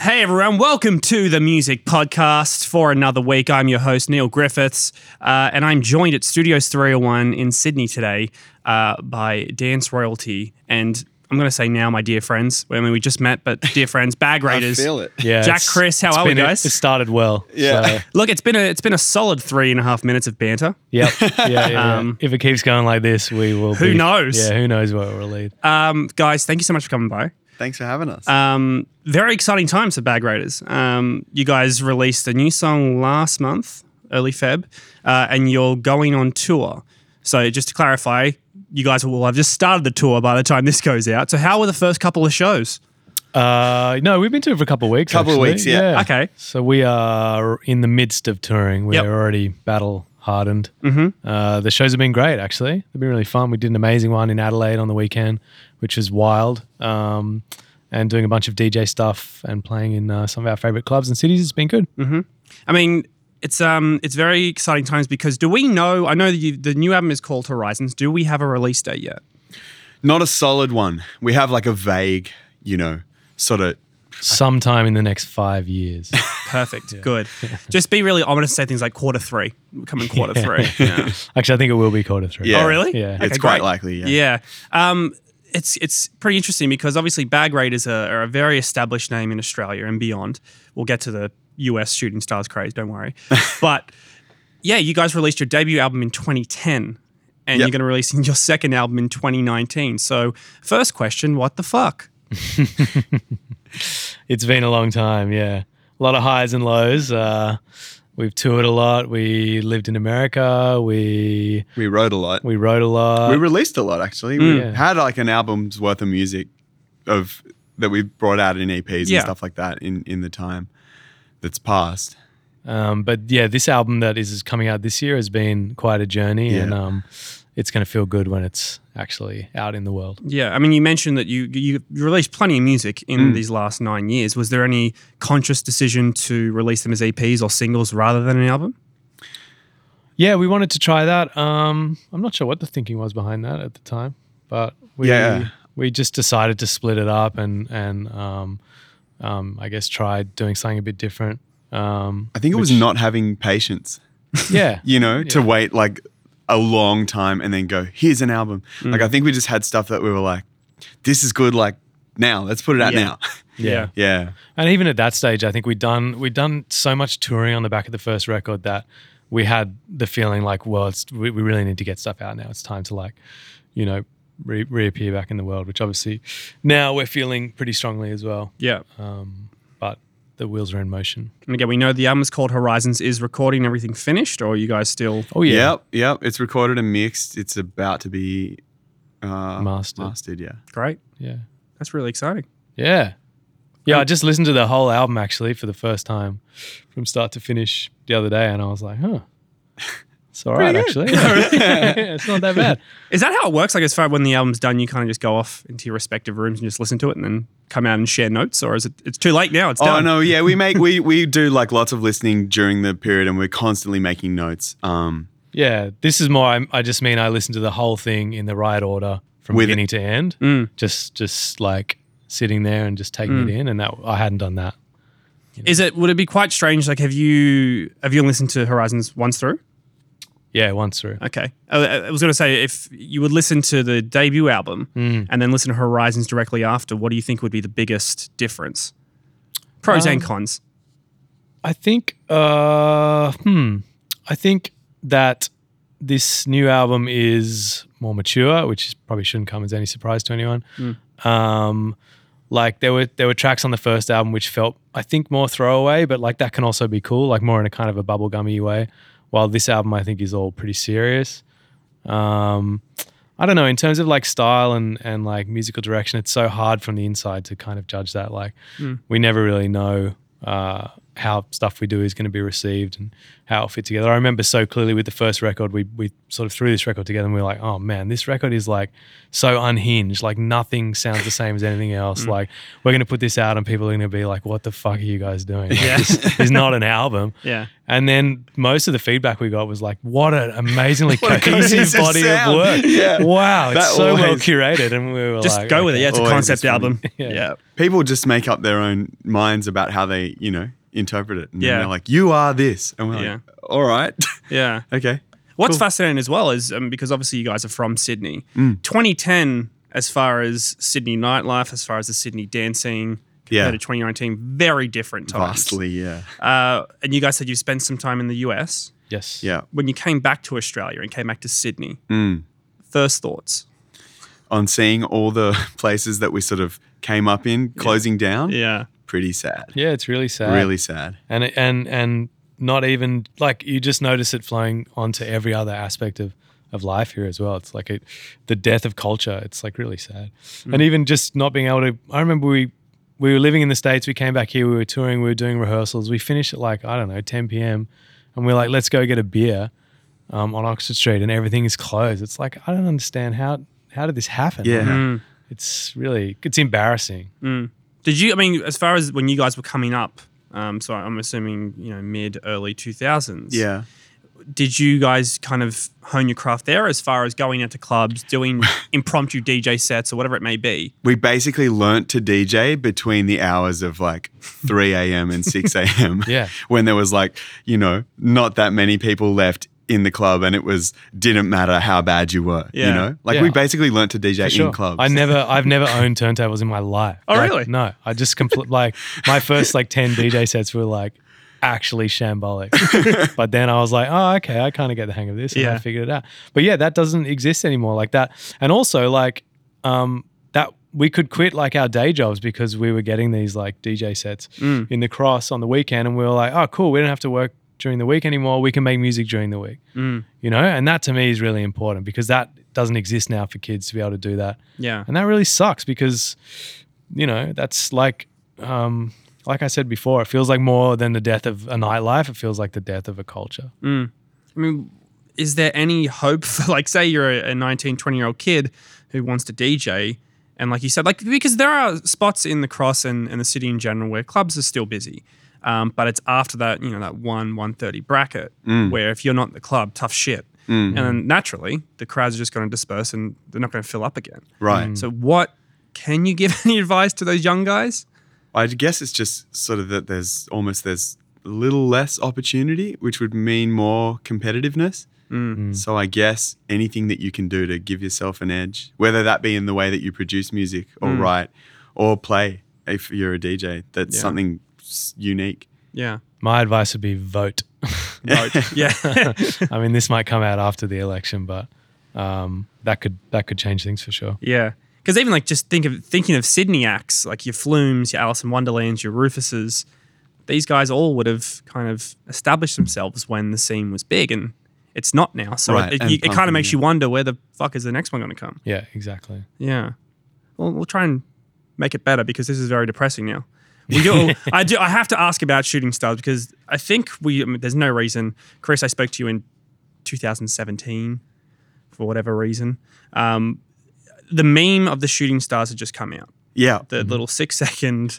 Hey everyone, welcome to the Music Podcast for another week. I'm your host, Neil Griffiths, uh, and I'm joined at Studios 301 in Sydney today uh, by Dance Royalty. And I'm going to say now, my dear friends, I mean, we just met, but dear friends, Bag Raiders. feel it. Yeah, Jack, it's- Chris, how it's are we, been a- guys? It started well. Yeah. so, Look, it's been, a, it's been a solid three and a half minutes of banter. yep. Yeah. yeah, yeah. if it keeps going like this, we will. Um, Who be- knows? Yeah. Who knows where it will lead? Um, guys, thank you so much for coming by. Thanks for having us. Um, very exciting times for Bag Raiders. Um, you guys released a new song last month, early Feb, uh, and you're going on tour. So just to clarify, you guys will have just started the tour by the time this goes out. So how were the first couple of shows? Uh, no, we've been to it for a couple of weeks. Couple of actually. weeks, yeah. Okay. So we are in the midst of touring. We're Yep. already battle hardened. Mm-hmm. Uh, the shows have been great, actually. They've been really fun. We did an amazing one in Adelaide on the weekend, which was wild. Um, and doing a bunch of DJ stuff and playing in uh, some of our favorite clubs and cities. It's been good. Mm. I mean, it's um, it's very exciting times because do we know? I know that you, the new album is called Horizons. Do we have a release date yet? Not a solid one. We have like a vague, you know, sort of. Sometime in the next five years. Perfect. Good. Just be really ominous and say things like quarter three. We're coming quarter three. actually, I think it will be quarter three. Yeah. Oh, really? Yeah. It's Okay, quite great. likely. Yeah. Yeah. Um, it's it's pretty interesting because obviously Bag Raiders are, are a very established name in Australia and beyond. We'll get to the US shooting stars craze, don't worry. but yeah, you guys released your debut album in 2010 and Yep. you're going to release your second album in 2019. So, first question, what the fuck? It's been a long time, yeah. A lot of highs and lows. Uh, we've toured a lot. We lived in America. We We wrote a lot. We, we wrote a lot. released a lot, actually. we Yeah. had like an album's worth of music of that we've brought out in EPs Yeah. and stuff like that in, in the time that's passed. um, but yeah, this album that is coming out this year has been quite a journey, Yeah. and um, it's going to feel good when it's actually out in the world. Yeah, I mean, you mentioned that you you you released plenty of music in Mm. these last nine years. Was there any conscious decision to release them as EPs or singles rather than an album? Yeah, we wanted to try that. Um, I'm not sure what the thinking was behind that at the time, but we Yeah. we just decided to split it up and and um, um, I guess try doing something a bit different. Um, I think it was which- not having patience, yeah. you know, to wait like a long time and then go, here's an album. Like, I think we just had stuff that we were like, this is good, like now, let's put it out Yeah. now. Yeah. yeah. And even at that stage, I think we'd done we'd done so much touring on the back of the first record that we had the feeling like, well, it's we, we really need to get stuff out now. It's time to like, you know, re- reappear back in the world. Which obviously now we're feeling pretty strongly as well. Um, Yeah. But the wheels are in motion. And again, we know the album's called Horizons. Is recording and everything finished, or are you guys still? Oh yeah, Yep, yep. It's recorded and mixed. It's about to be uh, Mastered. Mastered, yeah. Great. yeah, That's really exciting. yeah, yeah. I just listened to the whole album actually for the first time from start to finish the other day, and I was like, huh. It's all right, actually. Yeah, it's not that bad. Is that how it works? Like, as far when the album's done, you kind of just go off into your respective rooms and just listen to it, and then come out and share notes, or is it? It's too late now. It's Oh done. no, yeah. We make we we do like lots of listening during the period, and we're constantly making notes. Um, Yeah, this is more. I, I just mean I listened to the whole thing in the right order from With- beginning to end. Just, just like sitting there and just taking it in, and that I hadn't done that. Is it? Would it be quite strange? Like, have you have you listened to Horizons once through? Yeah, once through. Okay. I, I was going to say if you would listen to the debut album Hmm. and then listen to Horizons directly after, what do you think would be the biggest difference? Pros Um, and cons. I think. Uh, hmm. I think that this new album is more mature, which is- probably shouldn't come as any surprise to anyone. Um, like there were there were tracks on the first album which felt I think more throwaway, but like that can also be cool, like more in a kind of a bubblegummy way. While this album I think is all pretty serious. Um, I don't know in terms of like style and and like musical direction, it's so hard from the inside to kind of judge that. Like we never really know uh, how stuff we do is going to be received and how it'll fit together. I remember so clearly with the first record, we we sort of threw this record together and we were like, oh man, this record is like so unhinged. Like nothing sounds the same as anything else. Like we're going to put this out and people are going to be like, what the fuck are you guys doing? Like, Yeah. this is not an album. Yeah. And then most of the feedback we got was like, what an amazingly What a cohesive cohesive body sound. of work. Yeah. Wow. It's That so well always- curated. And we were Just like, go with it. okay. Yeah, it's a Always concept is funny. album. Yeah. People just make up their own minds about how they, you know, interpret it. And then Yeah. they're like, you are this. And we're like, Yeah. all right. Yeah. okay. What's fascinating as well is um, because obviously you guys are from Sydney. Mm. 2010, as far as Sydney nightlife, as far as the Sydney dancing compared Yeah. to 2019, very different times. Vastly, yeah. Uh, and you guys said you spent some time in the US. Yes. Yeah. When you came back to Australia and came back to Sydney, Mm. first thoughts? On seeing all the places that we sort of came up in closing down, Yeah. pretty sad. Yeah. It's really sad. Really sad. and it- and and not even like you just notice it flowing onto every other aspect of of life here as well. It's like a, the death of culture. It's like really sad, and even just not being able to. I remember we we were living in the states. We came back here. We were touring. We were doing rehearsals. We finished at like I don't know 10 p.m. and we're like, let's go get a beer um, on Oxford Street, and everything is closed. It's like I don't understand how how did this happen? Yeah. Mm-hmm. it's really it's embarrassing. Did you, I mean, as far as when you guys were coming up, um, so I'm assuming, you know, mid, early 2000s. Yeah. did you guys kind of hone your craft there as far as going out to clubs, doing impromptu DJ sets or whatever it may be? we basically learnt to DJ between the hours of like 3 a.m. and 6 a.m. Yeah. When there was like, you know, not that many people left in the club and it was didn't matter how bad you were. You Yeah. know? Like Yeah. we basically learnt to DJ Sure. in clubs. I never, I've never owned turntables in my life. Oh, Like, really? No, I just compl- like my first like ten DJ sets were like actually shambolic. but then I was like, oh, okay, I kind of get the hang of this. And Yeah. I figured it out. But yeah, that doesn't exist anymore like that. And also like um, that we could quit like our day jobs because we were getting these like DJ sets in the cross on the weekend, and we were like, oh, cool, we don't have to work during the week anymore. We can make music during the week. Mm. You know, and that to me is really important because that doesn't exist now for kids to be able to do that. Yeah. And that really sucks because, you know, that's like, um, like I said before, it feels like more than the death of a nightlife. It feels like the death of a culture. I mean, is there any hope for, like, say you're a a 19, 20 year old kid who wants to DJ? And like you said, like, because there are spots in the cross and, and the city in general where clubs are still busy. Um, but it's after that, you know, that one, 130 bracket where if you're not in the club, tough shit. And then naturally, the crowds are just going to disperse and they're not going to fill up again. Right. So, what can you give any advice to those young guys? I guess it's just sort of that there's almost there's a little less opportunity, which would mean more competitiveness. So I guess anything that you can do to give yourself an edge, whether that be in the way that you produce music or write or play, if you're a DJ, that's Yeah. something s- unique. Yeah. My advice would be vote. Yeah. I mean, this might come out after the election, but um, that could that could change things for sure. yeah. Because even like just think of thinking of Sydney acts, like your Flumes, your Alice in Wonderlands, your Rufuses, these guys all would have kind of established themselves when the scene was big and it's not now. So Right, it, it, and you- it kind of pumping, makes you yeah. wonder where the fuck is the next one going to come? Yeah, exactly. Yeah. Well, we'll try and make it better because this is very depressing now. We do, I do. I have to ask about shooting stars because I think we. I mean, there's no reason, Chris. I spoke to you in 2017 for whatever reason. Um, the meme of the shooting stars had just come out. Yeah. The little six second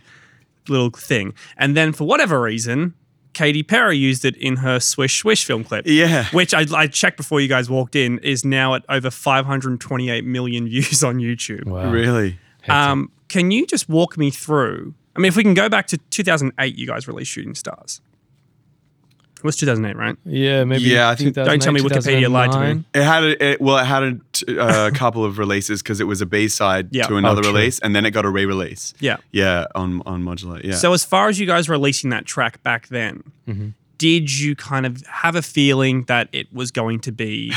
little thing, and then for whatever reason, Katy Perry used it in her Swish Swish film clip. yeah. Which I, I checked before you guys walked in is now at over 528 million views on YouTube. Wow. Really. Um, can you just walk me through? I mean, if we can go back to 2008, you guys released Shooting Stars. It was 2008, right? Yeah, maybe. Yeah, I think- Don't tell me 2008, Wikipedia lied to me. 2009. It had a, it, well, it had a, t- a couple of releases because it was a B side Yeah. to another Oh, true. release, and then it got a re-release. Yeah. Yeah, on on modular. Yeah. Mm-hmm. So, as far as you guys releasing that track back then, did you kind of have a feeling that it was going to be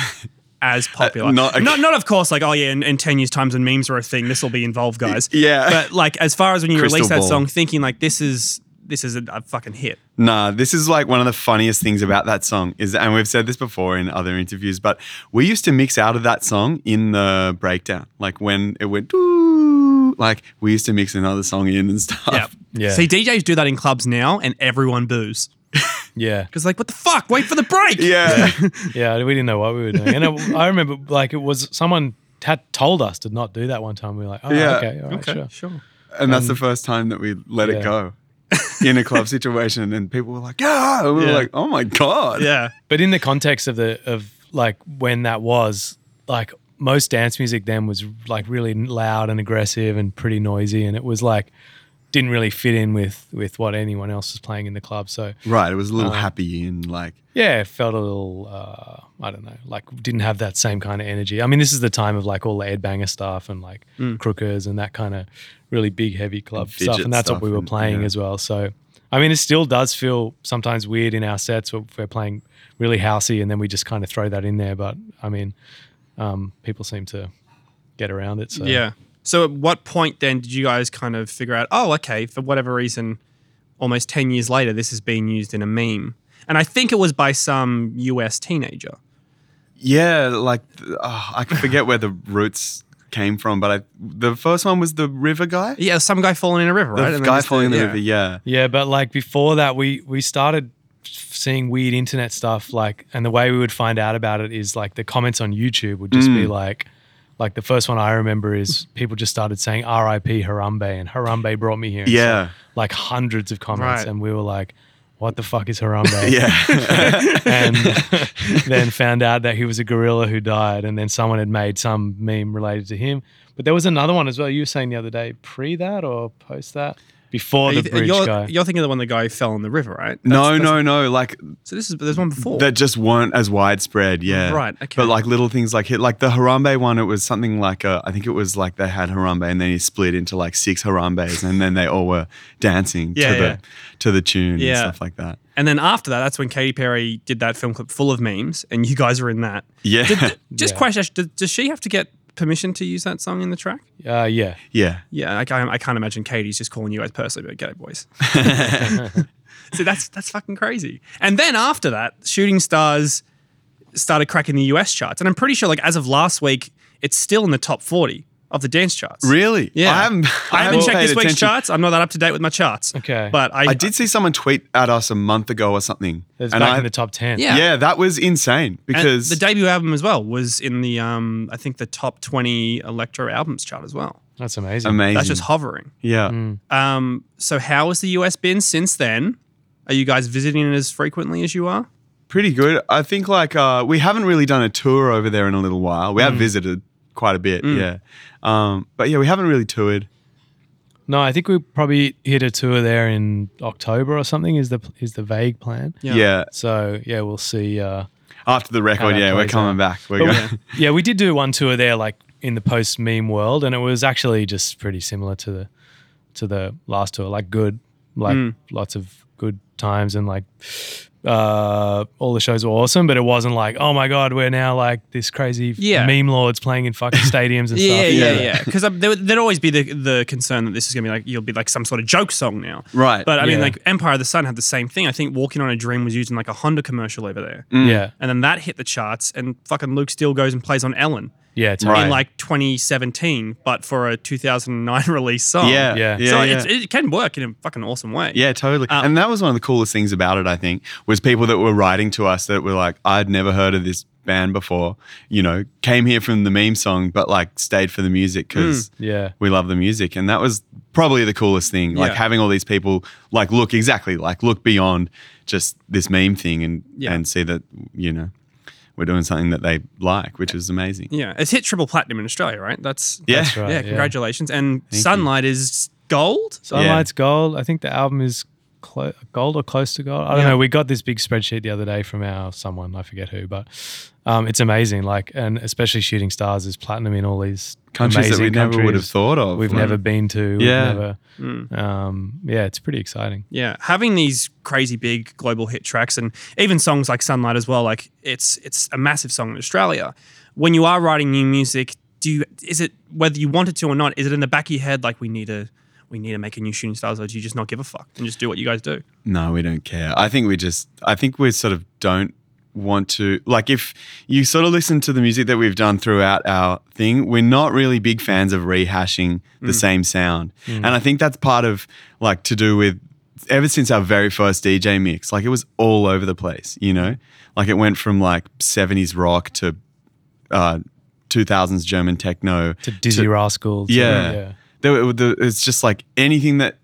as popular? not a- not, not of course, like, oh yeah, in, in 10 years' times when memes are a thing, this will be involved, guys. yeah. But, like, as far as when you Crystal release that ball. song, thinking, like, this is. This is a, a fucking hit. Nah, this is like one of the funniest things about that song is, and we've said this before in other interviews, but we used to mix out of that song in the breakdown, like when it went doo Like we used to mix another song in and stuff. Yeah. Yeah. See, DJs do that in clubs now, and everyone boos yeah. because like, what the fuck? Wait for the break. Yeah. Yeah, we didn't know what we were doing. And I, I remember, like, it was someone had told us to not do that one time. We were like, oh, Yeah. okay, all right, Okay, sure. sure. and that's the first time that we let yeah. it go in a club situation. And people were like, ah, and we were Yeah. like, oh my God. Yeah. But in the context of the of like when that was, like most dance music then was like really loud and aggressive and pretty noisy, and it was like didn't really fit in with with what anyone else was playing in the club. So Right. It was a little Uh, Uh-huh. happy and like, yeah, it felt a little uh, I don't know, like didn't have that same kind of energy. I mean, this is the time of like all the Ed Banger stuff and like crookers and that kind of really big heavy club Mm. Fidget stuff, and that's stuff what we were and- playing yeah. as well. So. I mean, it still does feel sometimes weird in our sets if we're playing really housey and then we just kind of throw that in there. But I mean, um, people seem to get around it. So Yeah. So at what point then did you guys kind of figure out, oh, okay, for whatever reason, almost 10 years later, this is being used in a meme? And I think it was by some US teenager. yeah, like uh, I forget where the roots came from, but I, the first one was the river guy. Yeah, some guy falling in a river, The right? And then guy just falling in the yeah. river. Yeah. Yeah, but like before that, we we started seeing weird internet stuff. Like, and the way we would find out about it is like the comments on YouTube would just Mm. be like, like the first one I remember is people just started saying "R.I.P. Harambe" and "Harambe brought me here." Yeah. So, like hundreds of comments, Right. and we were like, "What the fuck is Harambe?" Yeah. and then found out that he was a gorilla who died, and then someone had made some meme related to him. But there was another one as well. You were saying the other day, pre that or post that, before Are you the th- bridge you're, guy. you're thinking of the one the guy who fell in the river, right? no, That's- that's- no, no. Like So this is there's one before. that just weren't as widespread. Yeah. Right, okay. But like little things like hit, like the Harambe one, it was something like uh, I think it was like they had Harambe and then he split into like six Harambes and then they all were dancing Yeah, to yeah. the to the tune and Yeah. stuff like that. and then after that, that's when Katy Perry did that film clip full of memes, and you guys were in that. Yeah. Just Yeah. question: does, does she have to get permission to use that song in the track? Uh, yeah. yeah. Yeah, I, can't- I can't imagine Katie's just calling you guys personally, but get it, boys. so that's that's fucking crazy. And then after that, Shooting Stars started cracking the US charts, and I'm pretty sure like as of last week, it's still in the top 40 of the dance charts. Really? Yeah. I haven't, I haven't checked paid this week's attention. charts. I'm not that up to date with my charts. Okay. but I, I did see someone tweet at us a month ago or something. It's and back I- in the top 10. Yeah. yeah. that was insane and because the debut album as well was in the um I think the top 20 electro albums chart as well. That's amazing. amazing. That's just hovering. yeah. Um, so how has the US been since then? Are you guys visiting it as frequently as you are? Pretty good. I think like uh, we haven't really done a tour over there in a little while. We have visited quite a bit, yeah. Um, but yeah, we haven't really toured. No, I think we probably hit a tour there in October or something is the is the vague plan. Yeah. Yeah. So, yeah, we'll see uh After the record, that yeah, we're plays coming out. back. Oh, We're But going. we- yeah, we did do one tour there, like in the post meme world, and it was actually just pretty similar to the to the last tour. Like good, like Mm. lots of good times, and like uh, all the shows were awesome. But it wasn't like, oh my god, we're now like this crazy Yeah. meme lords playing in fucking stadiums and Yeah, stuff. yeah, Yeah. yeah. Because there, would- there'd always be the, the concern that this is gonna be like you'll be like some sort of joke song now. Right. But I mean, Yeah. like Empire of the Sun had the same thing. I think "Walking on a Dream" was used in like a Honda commercial over there, Mm. yeah, and then that hit the charts. And fucking Luke Steele goes and plays on Ellen yeah, totally. Right. in like 2017, but for a 2009 release song. yeah, yeah, Yeah. So yeah. so yeah. It's, it can work in a fucking awesome way. Yeah, totally. Um, and that was one of the coolest things about it, I think, was people that were writing to us that were like, I'd never heard of this band before, you know, came here from the meme song, but like stayed for the music because Mm, yeah. we love the music. And that was probably the coolest thing, like Yeah. having all these people like look exactly, like look beyond just this meme thing and, Yeah. and see that, you know, we're doing something that they like, which is amazing. yeah. It's hit triple platinum in Australia, right? That's Yeah. That's right. yeah. yeah. Congratulations. And Sunlight is gold. Sunlight's gold. I think the album is clo- gold or close to gold. I don't Yeah. know. We got this big spreadsheet the other day from our someone I forget who, but um, it's amazing. Like, and especially shooting stars is platinum in all these Countries amazing that we never would have countries thought of. We've like- never been to. Yeah. We've never, um, yeah, it's pretty exciting. Yeah, having these crazy big global hit tracks and even songs like Sunlight as well, like it's it's a massive song in Australia. When you are writing new music, do you is it whether you want it to or not, is it in the back of your head like we need a we need to make a new shooting stars or do you just not give a fuck and just do what you guys do? No, we don't care. I think we just, I think we sort of don't, want to like if you sort of listen to the music that we've done throughout our thing we're not really big fans of rehashing the same sound and i think that's part of like to do with ever since our very first dj mix like it was all over the place you know like it went from like 70s rock to uh 2000s german techno to Dizzy Rascal. to- yeah. The- the- it's just like anything that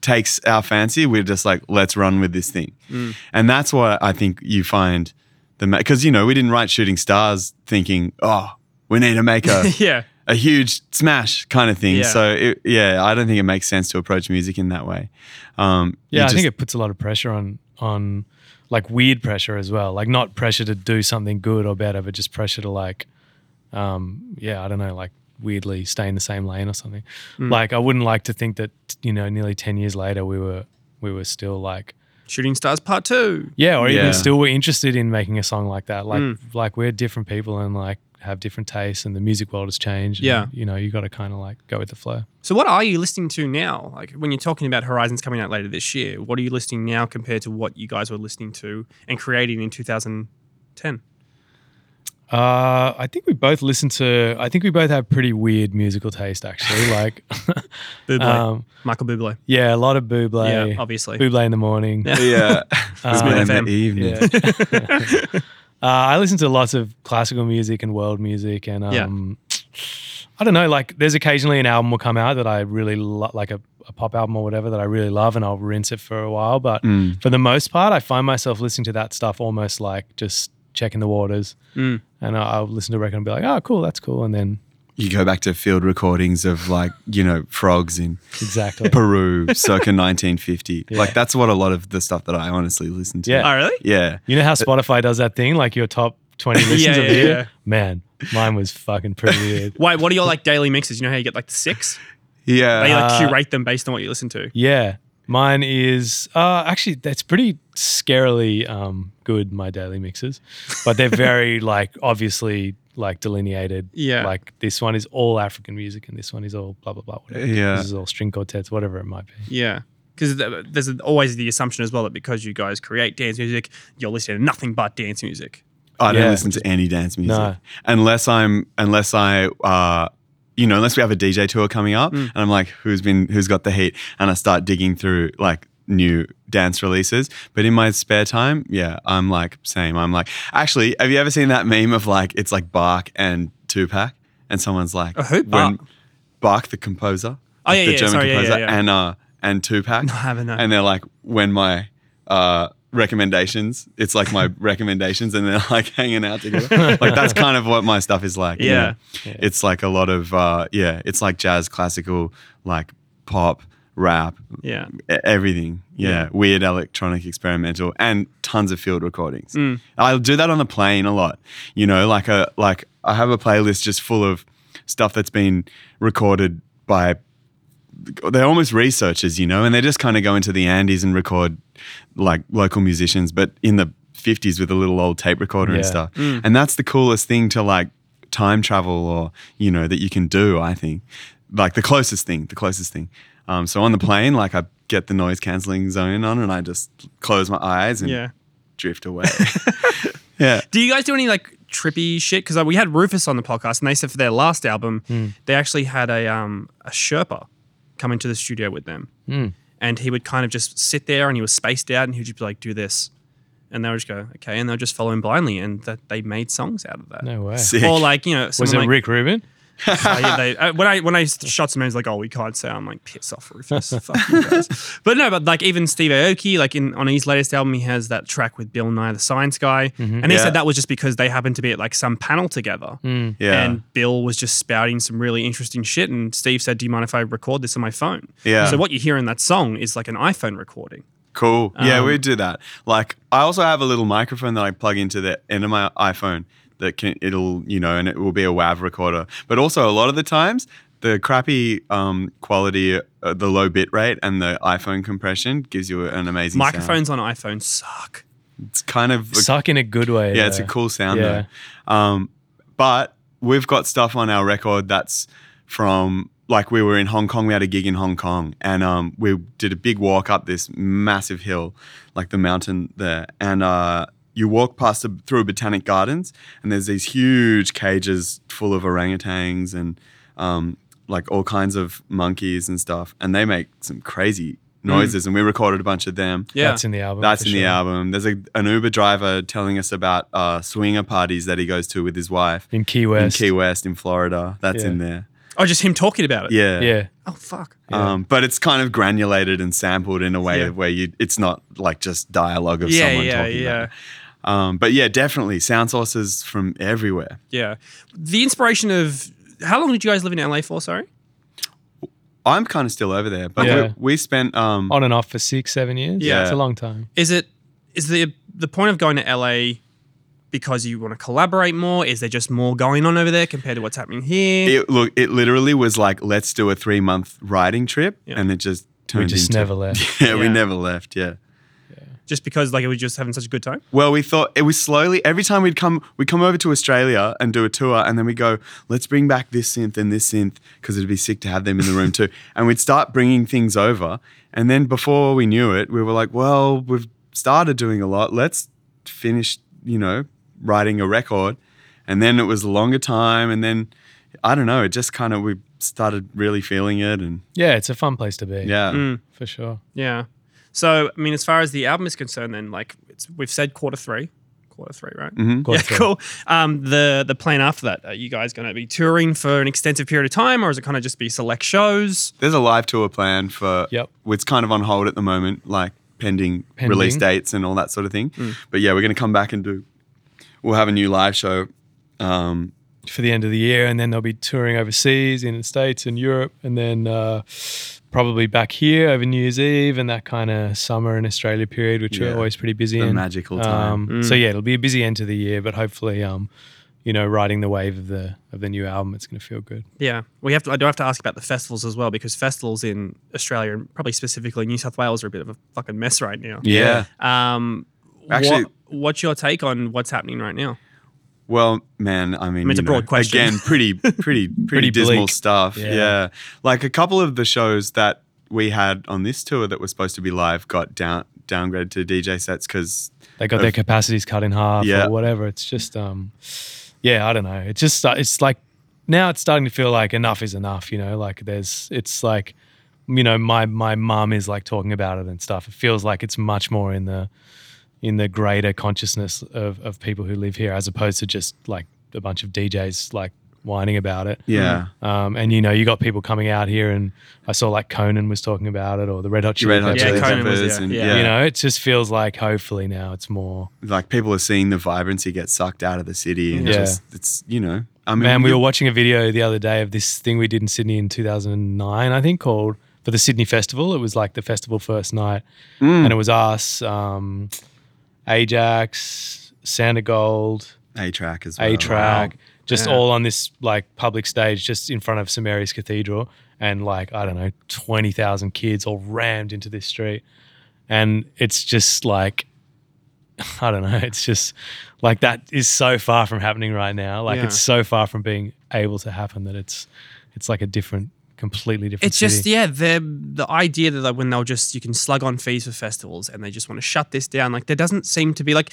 takes our fancy, we're just like, let's run with this thing. And that's why I think you find the, because, you know, we didn't write Shooting Stars thinking, oh, we need to make a, yeah. a huge smash kind of thing. Yeah. So, it, yeah, I don't think it makes sense to approach music in that way. Um, Yeah, you I just- think it puts a lot of pressure on on like weird pressure as well. Like not pressure to do something good or better, but just pressure to like um yeah, I don't know, like weirdly stay in the same lane or something. Hmm. Like I wouldn't like to think that, you know, nearly 10 years later we were we were still like Shooting Stars Part Two. yeah, or Yeah. Hmm. even still were interested in making a song like that. Like like we're different people and like have different tastes and the music world has changed. and, Yeah. you know, you got to kind of like go with the flow. So what are you listening to now? Like when you're talking about Horizons coming out later this year, what are you listening now compared to what you guys were listening to and creating in 2010? Uh, I think we both listen to. I think we both have pretty weird musical taste, actually. Like, Buble, um, Michael Buble. yeah, a lot of Buble, yeah, obviously. Buble in the morning. Yeah. yeah. It's been FM. in the evening. Yeah. uh, I listen to lots of classical music and world music, and Yeah. um, I don't know. Like, there's occasionally an album will come out that I really lo- like a, a pop album or whatever that I really love, and I'll rinse it for a while. But Mm. for the most part, I find myself listening to that stuff almost like just checking the waters, Mm. and I- I'll listen to a record and be like, "Oh, cool, that's cool," and then You go back to field recordings of like, you know, frogs in exactly. Peru circa 1950. Like, that's what a lot of the stuff that I honestly listen to. Yeah. Oh, really? Yeah. You know how Spotify does that thing, like your top 20 listens Yeah, of the yeah, year? yeah. Man, mine was fucking pretty weird. Wait, what are your like daily mixes? You know how you get like the six? Yeah. They like Uh, curate them based on what you listen to. Yeah. Mine is uh, actually that's pretty scarily um, good. My daily mixes, but they're very like obviously like delineated. Yeah. like this one is all African music, and this one is all blah blah blah. Whatever. Yeah. this is all string quartets, whatever it might be. Yeah. Because there's always the assumption as well that because you guys create dance music, you're listening to nothing but dance music. I don't Yeah. listen to any dance music No. unless I'm unless I uh, you know unless we have a DJ tour coming up Mm. and I'm like who's been who's got the heat and I start digging through like new dance releases but in my spare time yeah I'm like same I'm like actually have you ever seen that meme of like it's like Bach and Tupac and someone's like Oh, who? when- Bach? Bach the composer Oh, like yeah, the yeah, German sorry, yeah, yeah, composer yeah. and uh and Tupac I haven't. no. and they're like when my uh recommendations it's like my recommendations and they're like hanging out together like that's kind of what my stuff is like you Yeah. know? it's like a lot of uh yeah it's like jazz classical like pop rap yeah. e- everything yeah, weird electronic experimental and tons of field recordings Mm. i'll do that on the plane a lot you know like a like i have a playlist just full of stuff that's been recorded by they're almost researchers, you know, and they just kind of go into the Andes and record like local musicians, but in the 50s with a little old tape recorder and Yeah. stuff. Mm. And that's the coolest thing to like time travel or, you know, that you can do, I think. Like the closest thing, the closest thing. Um, so on the plane, like I get the noise canceling zone on and I just close my eyes and Yeah. drift away. yeah. Do you guys do any like trippy shit? Because we had Rufus on the podcast, and they said for their last album, they actually had a um a Sherpa come into the studio with them, and he would kind of just sit there, and he was spaced out, and he'd just be like, "Do this," and they would just go, "Okay," and they'll just follow him blindly, and that they made songs out of that. No way. Sick. Or like you know, Was someone it like, Rick Rubin? Oh, yeah, they, uh, when I when I shot some names like, oh, we can't say. I'm like, piss off, Rufus. Fuck you guys. But no, but like even Steve Aoki, like in on his latest album, he has that track with Bill Nye the Science Guy, Mm-hmm. and he Yeah. said that was just because they happened to be at like some panel together, Hmm. Yeah. and Bill was just spouting some really interesting shit, and Steve said, "Do you mind if I record this on my phone?" Yeah. So what you hear in that song is like an iPhone recording. Cool. Yeah, we do that. Like, I also have a little microphone that I plug into the end of my iPhone that can, it'll, you know, and it will be a WAV recorder. But also, a lot of the times, the crappy um, quality, uh, the low bit rate, and the iPhone compression gives you an amazing sound. Microphones on iPhone suck. It's kind of a Suck in a good way. yeah, it's a though. cool sound Yeah. though. Um, but we've got stuff on our record that's from like we were in Hong Kong. We had a gig in Hong Kong, and um, we did a big walk up this massive hill, like the mountain there, and uh, you walk past a, through botanic gardens, and there's these huge cages full of orangutans and um, like all kinds of monkeys and stuff, and they make some crazy Mm. noises. And we recorded a bunch of them. Yeah. That's in the album. That's for in the sure. album. There's a, an Uber driver telling us about uh, swinger parties that he goes to with his wife In Key West. in Key West in Florida. That's Yeah. in there. Oh, just him talking about it. Yeah. Yeah. Oh fuck. Um, but it's kind of granulated and sampled in a way Yeah. where you it's not like just dialogue of Yeah, someone yeah, talking yeah, about it. Um, but yeah, definitely sound sources from everywhere. yeah. The inspiration of how long did you guys live in LA for? Sorry. I'm kind of still over there, but Yeah. Oh, we, we spent um, On and off for six, seven years. Yeah. It's a long time. Is it is the the point of going to LA because you want to collaborate more? Is there just more going on over there compared to what's happening here? it, look. It literally was like let's do a three month riding trip, Yeah. and it just turned We just into never left. yeah, we Yeah. never left. Yeah. just because like we were just having such a good time? Well, we thought it was slowly every time we'd come we'd come over to Australia and do a tour and then we go, let's bring back this synth and this synth because it'd be sick to have them in the room too. And we'd start bringing things over and then before we knew it, we were like, well, we've started doing a lot. Let's finish, you know, writing a record. And then it was a longer time and then I don't know, it just kind of we started really feeling it and Yeah, it's a fun place to be. yeah. For sure. Yeah. So I mean, as far as the album is concerned, then like it's, we've said quarter three, quarter three, right? Mhm. Quarter yeah, three. cool. Um, the the plan after that, are you guys going to be touring for an extensive period of time, or is it kind of just be select shows? There's a live tour plan for. Yep. It's kind of on hold at the moment, like pending, release Pending. Mm. dates and all that sort of thing. But yeah, we're going to come back and do. We'll have a new live show. Um, For the end of the year. And then they'll be touring overseas in the States and Europe. And then uh, probably back here over New Year's Eve and that kind of summer in Australia period, which Yeah. we're always pretty busy The in. magical time. Mm. Um, So yeah, it'll be a busy end to the year, but hopefully, um, you know, riding the wave of the of the new album, it's going to feel good. Yeah, we have to. I do have to ask about the festivals as well because festivals in Australia and probably specifically New South Wales are a bit of a fucking mess right now. yeah. Um, Actually- what- what's your take on what's happening right now? Well, man, I mean, mean, it's you a broad question. Again, pretty, pretty, pretty, Pretty dismal bleak. stuff. Yeah. Yeah. like a couple of the shows that we had on this tour that were supposed to be live got down downgraded to DJ sets because They got their capacities cut in half Yeah. or whatever. It's just, um, yeah, I don't know. It's just it's like now it's starting to feel like enough is enough. You know, like there's it's like you know my my mum is like talking about it and stuff. It feels like it's much more in the in the greater consciousness of of people who live here as opposed to just like a bunch of DJs like whining about it. yeah, Um, and you know, you got people coming out here, and I saw like Conan was talking about it, or the Red Hot Chili Red Hot Peppers. Yeah, Chili Conan was Peppers there. and Yeah. yeah, You know, it just feels like hopefully now it's more. like people are seeing the vibrancy get sucked out of the city and Yeah. just it's you know I mean Man, we you- were watching a video the other day of this thing we did in Sydney in 2009, I think, called for the Sydney Festival. It was like the festival first night, Hmm. and it was us, um, Ajax, Sound of Gold, A track as well. A track, just Oh, Yeah. all on this like public stage, just in front of St Mary's Cathedral, and like I don't know, twenty thousand kids all rammed into this street, and it's just like, I don't know, it's just like that is so far from happening right now. Like Yeah. it's so far from being able to happen that it's it's like a different, completely different. It's just city. yeah, the the idea that like, when they'll just you can slug on fees for festivals and they just want to shut this down. Like there doesn't seem to be like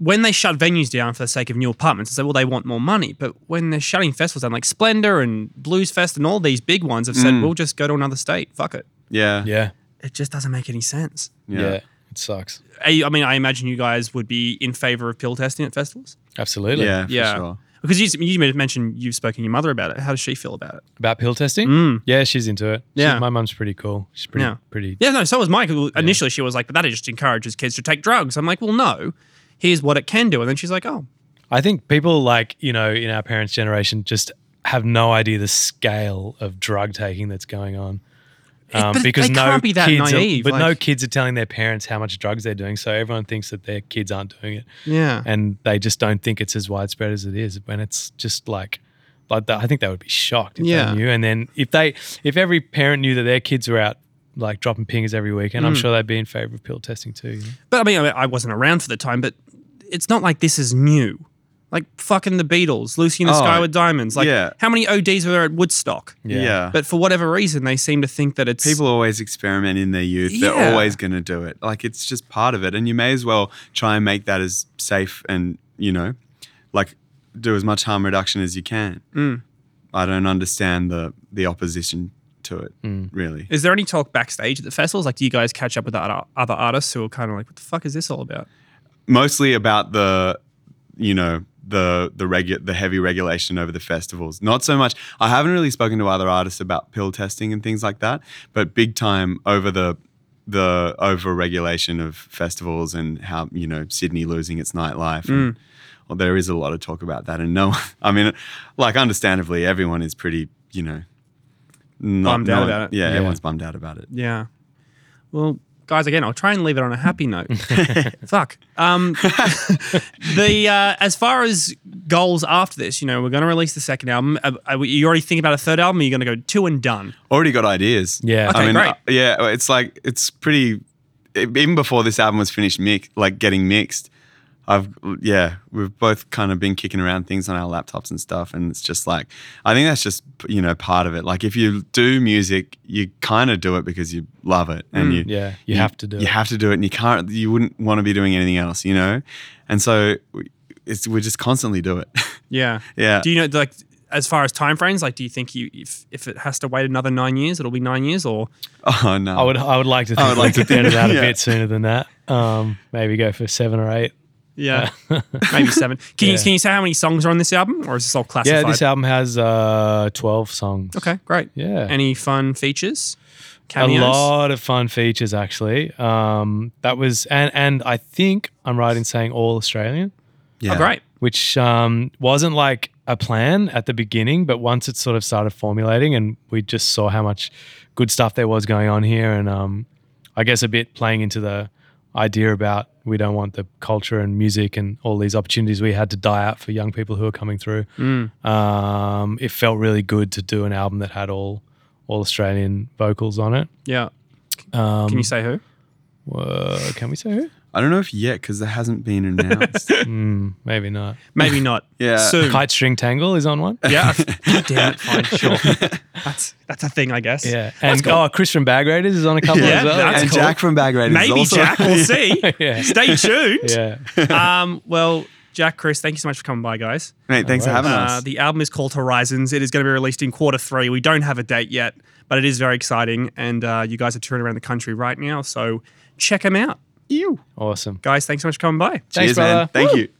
when they shut venues down for the sake of new apartments, it's like well they want more money. But when they're shutting festivals down, like Splendor and Blues Fest and all these big ones have said we'll just go to another state. Fuck it. Yeah. yeah, Mm. It just doesn't make any sense. yeah, Yeah. It sucks. I, I mean, I imagine you guys would be in favor of pill testing at festivals. Absolutely. Yeah, for Yeah. sure. Because you, you mentioned you've spoken to your mother about it. How does she feel about it? About pill testing? Mm. Yeah, she's into it. She- Yeah. my mum's pretty cool. She's pretty Yeah. pretty Yeah, no, so was Mike. Initially, she was like, but that just encourages kids to take drugs. I'm like, well, no, here's what it can do. And then she's like, oh, I think people like, you know, in our parents' generation just have no idea the scale of drug taking that's going on. Um, but because they no can't be that kids are- naive, but no like- kids are telling their parents how much drugs they're doing, so everyone thinks that their kids aren't doing it, yeah. and they just don't think it's as widespread as it is. When it's just like, like that, I think they would be shocked if Yeah. they knew. And then if they, if every parent knew that their kids were out like dropping pingers every weekend, Mm. I'm sure they'd be in favor of pill testing too. you know? But I mean, I I wasn't around for the time, but it's not like this is new. Like fucking the Beatles, Lucy in the Oh, Sky with Diamonds. Like yeah. how many ODs were there at Woodstock? Yeah. But for whatever reason, they seem to think that it's People always experiment in their youth. Yeah. They're always going to do it. Like it's just part of it. And you may as well try and make that as safe and, you know, like do as much harm reduction as you can. Mm. I don't understand the the opposition to it, Mm. really. Is there any talk backstage at the festivals? Like, do you guys catch up with the other other artists who are kind of like, what the fuck is this all about? Mostly about the, you know, the the regu- the heavy regulation over the festivals. Not so much. I haven't really spoken to other artists about pill testing and things like that, but big time over the the over regulation of festivals and how you know Sydney losing its nightlife. Mm. And, well, there is a lot of talk about that, and no, I mean, like understandably, everyone is pretty, you know, not, Bummed out no- about it. Yeah, Yeah. everyone's bummed out about it. Yeah. Well, guys, again, I'll try and leave it on a happy note. Fuck. Um, the uh, as far as goals after this, you know, we're going to release the second album. Uh, are you already thinking about a third album? Are you going to go two and done? already got ideas. Yeah. Okay, I mean, great. uh, yeah, it's like it's pretty. e, Even before this album was finished, mix like getting mixed. I've yeah, we've both kind of been kicking around things on our laptops and stuff, and it's just like I think that's just you know part of it. Like if you do music, you kind of do it because you love it, and you Mm, Yeah. You have to do you it. have to do it, and you can't. You wouldn't want to be doing anything else, you know. And so we- it's we just constantly do it. Yeah. yeah. Do you know like? As far as timeframes, like, do you think you if if it has to wait another nine years, it'll be nine years, or oh no. I would I would like to think I would like to we could get think- it out a yeah. bit sooner than that. Um, maybe go for seven or eight. yeah, maybe seven. Can you Yeah. can you say how many songs are on this album, or is this all yeah, classified? this album has uh, twelve songs. Okay, great. Yeah. Any fun features? a Cameos? lot of fun features actually. Um, that was and and I think I'm right in saying all Australian, yeah. Oh, great. which um, wasn't like a plan at the beginning, but once it sort of started formulating, and we just saw how much good stuff there was going on here, and um, I guess a bit playing into the idea about we don't want the culture and music and all these opportunities we had to die out for young people who are coming through. Mm. Um, it felt really good to do an album that had all all Australian vocals on it. Yeah. Um, Can you say who? Whoa, can we say who? I don't know if yet because it hasn't been announced. Mm, maybe not. Maybe not. Yeah. Soon. Kite String Tangle is on one. yeah. Damn it. Fine. Sure. That's that's a thing, I guess. Yeah. And oh, Chris from Bag Raiders is on a couple Yeah, as well. that's and cool. Jack from Bag Raiders. is Maybe also- Jack. We'll see. Yeah. Stay tuned. yeah. Um. Well, Jack, Chris, thank you so much for coming by, guys. Mate, thanks for worries. having Uh, us. the album is called Horizons. It is going to be released in quarter three. We don't have a date yet, but it is very exciting. And uh, you guys are touring around the country right now, so check them out, You. Awesome. guys. Thanks so much for coming by. Thanks, Cheers, man. brother. Thank you.